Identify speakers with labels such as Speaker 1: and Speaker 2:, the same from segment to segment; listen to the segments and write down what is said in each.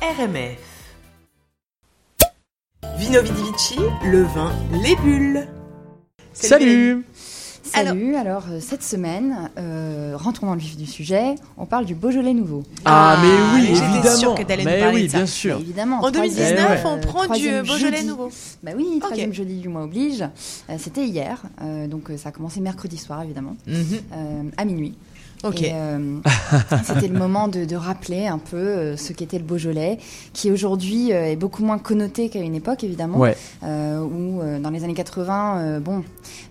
Speaker 1: RMF. Vino Vidi Vici, le vin, les bulles.
Speaker 2: Salut
Speaker 3: Salut, alors, euh, cette semaine, euh, rentrons dans le vif du sujet, on parle du Beaujolais nouveau.
Speaker 2: Ah mais oui,
Speaker 1: mais j'étais
Speaker 2: évidemment.
Speaker 1: sûre que t'allais nous
Speaker 2: mais
Speaker 1: parler
Speaker 2: oui,
Speaker 1: de ça.
Speaker 2: bien
Speaker 3: Mais
Speaker 2: sûr. Eh
Speaker 3: Évidemment.
Speaker 1: En
Speaker 3: troisième,
Speaker 1: 2019,
Speaker 3: euh,
Speaker 1: on prend du
Speaker 3: troisième
Speaker 1: euh, Beaujolais
Speaker 3: jeudi.
Speaker 1: nouveau.
Speaker 3: Bah oui, troisième jeudi du mois oblige. Euh, C'était hier, euh, donc euh, ça a commencé mercredi soir, évidemment,
Speaker 1: Mm-hmm.
Speaker 3: euh, à minuit.
Speaker 1: Ok.
Speaker 3: Et, euh, C'était le moment de, de rappeler un peu euh, ce qu'était le Beaujolais, qui aujourd'hui euh, est beaucoup moins connoté qu'à une époque, évidemment,
Speaker 2: Ouais.
Speaker 3: euh, où euh, dans les années 80, euh, bon,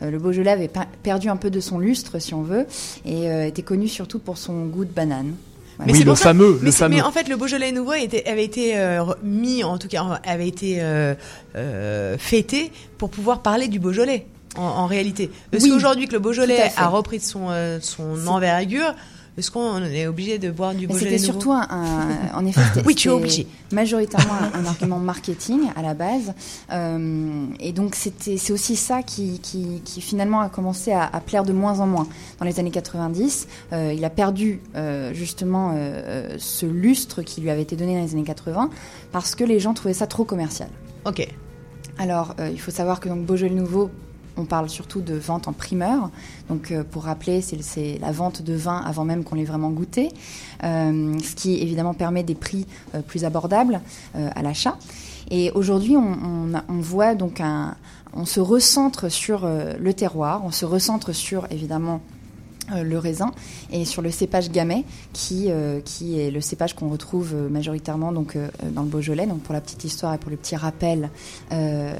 Speaker 3: euh, le Beaujolais avait pe- perdu un peu de son lustre, si on veut, et euh, était connu surtout pour son goût de banane. Voilà.
Speaker 2: oui,
Speaker 1: c'est
Speaker 2: le
Speaker 1: pour ça-
Speaker 2: fameux,
Speaker 1: Mais,
Speaker 2: le
Speaker 1: c'est-
Speaker 2: fameux.
Speaker 1: mais en fait, le Beaujolais nouveau était- avait été euh, mis, en tout cas, avait été euh, euh, fêté pour pouvoir parler du Beaujolais, en, en réalité. Est-ce
Speaker 3: Oui,
Speaker 1: qu'aujourd'hui que le
Speaker 3: tout à
Speaker 1: Beaujolais
Speaker 3: fait.
Speaker 1: a repris de son, euh, son
Speaker 3: C'est-
Speaker 1: envergure, est-ce qu'on est obligé de boire du
Speaker 3: Mais
Speaker 1: Beaujolais
Speaker 3: c'était
Speaker 1: nouveau
Speaker 3: surtout un, un- en effet, c'était-
Speaker 1: Oui, tu es
Speaker 3: c'était
Speaker 1: obligé.
Speaker 3: Majoritairement un, un argument marketing à la base, Euh, et donc c'était, c'est aussi ça qui, qui, qui finalement a commencé à, à plaire de moins en moins dans les années 90. euh, il a perdu euh, justement euh, euh, ce lustre qui lui avait été donné dans les années 80 parce que les gens trouvaient ça trop commercial.
Speaker 1: Ok.
Speaker 3: Alors, euh, il faut savoir que donc Beaujolais Nouveau, on parle surtout de vente en primeur. Donc, euh, pour rappeler, c'est c'est la vente de vin avant même qu'on l'ait vraiment goûté, Euh, ce qui évidemment permet des prix euh, plus abordables euh, à l'achat. Et aujourd'hui, on, on a- on voit donc un, on se recentre sur euh, le terroir, on se recentre sur évidemment euh, le raisin et sur le cépage gamay qui, euh, qui est le cépage qu'on retrouve euh, majoritairement donc, euh, dans le Beaujolais. Donc pour la petite histoire et pour le petit rappel, euh,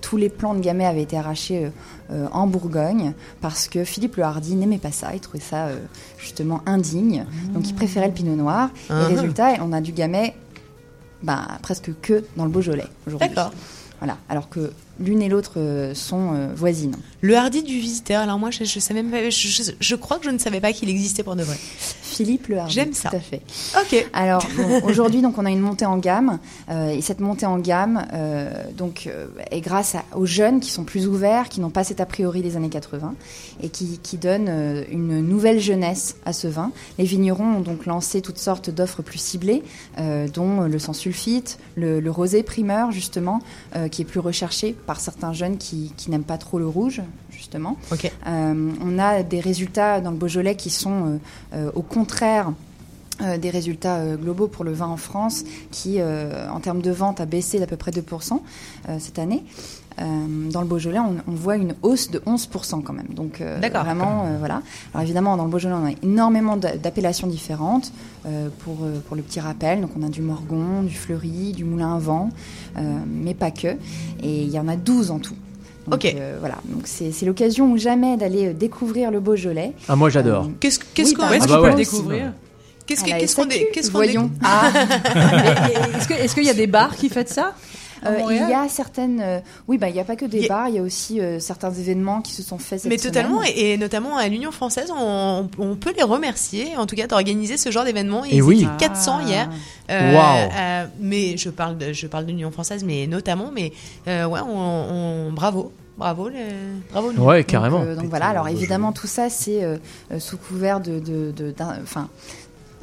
Speaker 3: tous les plants de gamay avaient été arrachés euh, euh, en Bourgogne parce que Philippe le Hardy n'aimait pas ça, il trouvait ça euh, justement indigne. Donc il préférait le pinot noir.
Speaker 1: Ah.
Speaker 3: Et résultat, on a du gamay bah, presque que dans le Beaujolais aujourd'hui.
Speaker 1: D'accord.
Speaker 3: Voilà, alors que l'une et l'autre euh, sont euh, voisines.
Speaker 1: Le hardi du visiteur. Alors moi, je, je sais même pas. Je, je- je crois que je ne savais pas qu'il existait pour de vrai.
Speaker 3: Philippe le Hardy.
Speaker 1: J'aime ça.
Speaker 3: Tout à fait.
Speaker 1: Ok.
Speaker 3: Alors bon, aujourd'hui donc on a une montée en gamme euh, et cette montée en gamme euh, donc euh, est grâce à- aux jeunes qui sont plus ouverts, qui n'ont pas cet a priori des années 80 et qui, qui donnent euh, une nouvelle jeunesse à ce vin. Les vignerons ont donc lancé toutes sortes d'offres plus ciblées, euh, dont le sans sulfite, le, le rosé primeur justement, euh, qui est plus recherché par certains jeunes qui, qui n'aiment pas trop le rouge justement.
Speaker 1: Ok.
Speaker 3: Euh, on a des résultats dans le Beaujolais qui sont euh, euh, au contraire euh, des résultats euh, globaux pour le vin en France qui, euh, en termes de vente, a baissé d'à peu près 2% euh, cette année. Euh, dans le Beaujolais, on, on voit une hausse de 11% quand même. Donc euh,
Speaker 1: D'accord.
Speaker 3: vraiment, euh, voilà. Alors évidemment, dans le Beaujolais, on a énormément d'a- d'appellations différentes. euh, pour, euh, pour le petit rappel, donc on a du Morgon, du Fleury, du Moulin à Vent, euh, mais pas que. Et il y en a 12 en tout. Donc,
Speaker 1: Ok.
Speaker 3: euh, voilà, donc c'est c'est l'occasion ou jamais d'aller euh, découvrir le Beaujolais.
Speaker 2: Ah moi j'adore.
Speaker 3: Euh,
Speaker 1: Qu'est-ce qu'est-ce
Speaker 3: Oui,
Speaker 1: qu'on
Speaker 3: pardon.
Speaker 4: Où est-ce
Speaker 2: Ah
Speaker 4: qu'on
Speaker 2: bah
Speaker 4: peut le
Speaker 2: ouais.
Speaker 4: découvrir
Speaker 1: qu'est-ce
Speaker 3: à
Speaker 1: que-
Speaker 3: la
Speaker 1: qu'est-ce qu'on dé-
Speaker 3: SAQ,
Speaker 1: qu'est-ce qu'on
Speaker 3: voyons.
Speaker 1: découvre
Speaker 3: Ah,
Speaker 4: Est-ce que- est-ce qu'il y a des bars qui fêtent ça à
Speaker 3: euh, il
Speaker 4: Montréal
Speaker 3: y a certaines. euh, oui, bah, il n'y a pas que des
Speaker 1: Il y a-
Speaker 3: bars, il y a aussi euh, certains événements qui se sont faits cette
Speaker 1: Mais totalement,
Speaker 3: semaine.
Speaker 1: et, et notamment à l'Union française, on, on peut les remercier, en tout cas, d'organiser ce genre d'événement.
Speaker 2: Et
Speaker 1: Ils
Speaker 2: oui.
Speaker 1: étaient 400 hier.
Speaker 3: Ah.
Speaker 2: Waouh.
Speaker 1: euh, mais je parle de, je parle de l'Union française, mais notamment, mais euh, ouais, on, on- bravo, bravo, le- bravo. nous.
Speaker 2: Ouais, carrément.
Speaker 3: Donc, euh, donc voilà, alors évidemment, tout ça, c'est euh, euh, sous couvert de. de- de- d'un- Enfin.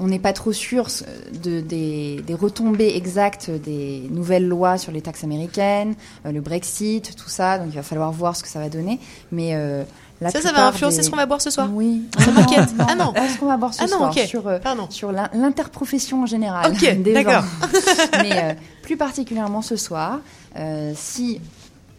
Speaker 3: on n'est pas trop sûr euh, de, des, des retombées exactes des nouvelles lois sur les taxes américaines, euh, le Brexit, tout ça. Donc il va falloir voir ce que ça va donner. Mais euh, la
Speaker 1: Ça, ça va
Speaker 3: plupart
Speaker 1: influencer
Speaker 3: des-
Speaker 1: ce qu'on va boire ce soir.
Speaker 3: Oui.
Speaker 1: Ça m'inquiète.
Speaker 3: Non,
Speaker 1: Ah non.
Speaker 3: Parce qu'on va boire ce
Speaker 1: Ah non,
Speaker 3: soir
Speaker 1: ok.
Speaker 3: sur, euh,
Speaker 1: Pardon.
Speaker 3: sur l'in- l'interprofession en général
Speaker 1: Ok,
Speaker 3: des
Speaker 1: d'accord.
Speaker 3: gens. Mais euh, plus particulièrement ce soir, euh, si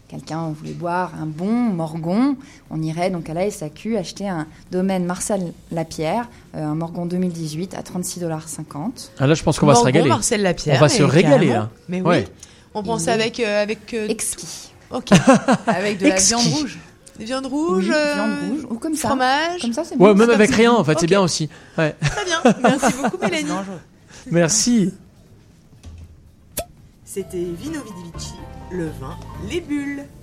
Speaker 3: quelqu'un voulait boire un bon morgon, on irait donc à la SAQ acheter un domaine Marcel Lapierre, euh, un morgon 2018 à 36,50$.
Speaker 2: Ah, là je pense qu'on va se
Speaker 1: Morgon,
Speaker 2: régaler.
Speaker 1: Marcel Lapierre,
Speaker 2: On va se
Speaker 1: mais
Speaker 2: régaler,
Speaker 1: carrément.
Speaker 2: là.
Speaker 1: Mais oui.
Speaker 2: Ouais.
Speaker 1: On pense
Speaker 3: Il est-
Speaker 1: avec euh, avec euh,
Speaker 3: Exquis.
Speaker 1: ok
Speaker 4: Avec de la
Speaker 2: Exquis.
Speaker 4: viande rouge
Speaker 1: Des viandes rouges,
Speaker 3: Oui,
Speaker 1: euh,
Speaker 3: viande rouge, ou comme ça.
Speaker 1: fromage.
Speaker 3: Comme ça, c'est
Speaker 2: Ouais,
Speaker 3: bon.
Speaker 2: même
Speaker 1: comme
Speaker 2: avec
Speaker 1: ça.
Speaker 2: rien en fait, c'est
Speaker 1: Ok.
Speaker 2: bien aussi. Ouais.
Speaker 1: Très bien. Merci beaucoup Mélanie.
Speaker 2: Merci.
Speaker 1: C'était Vino Vidivici, le vin, les bulles.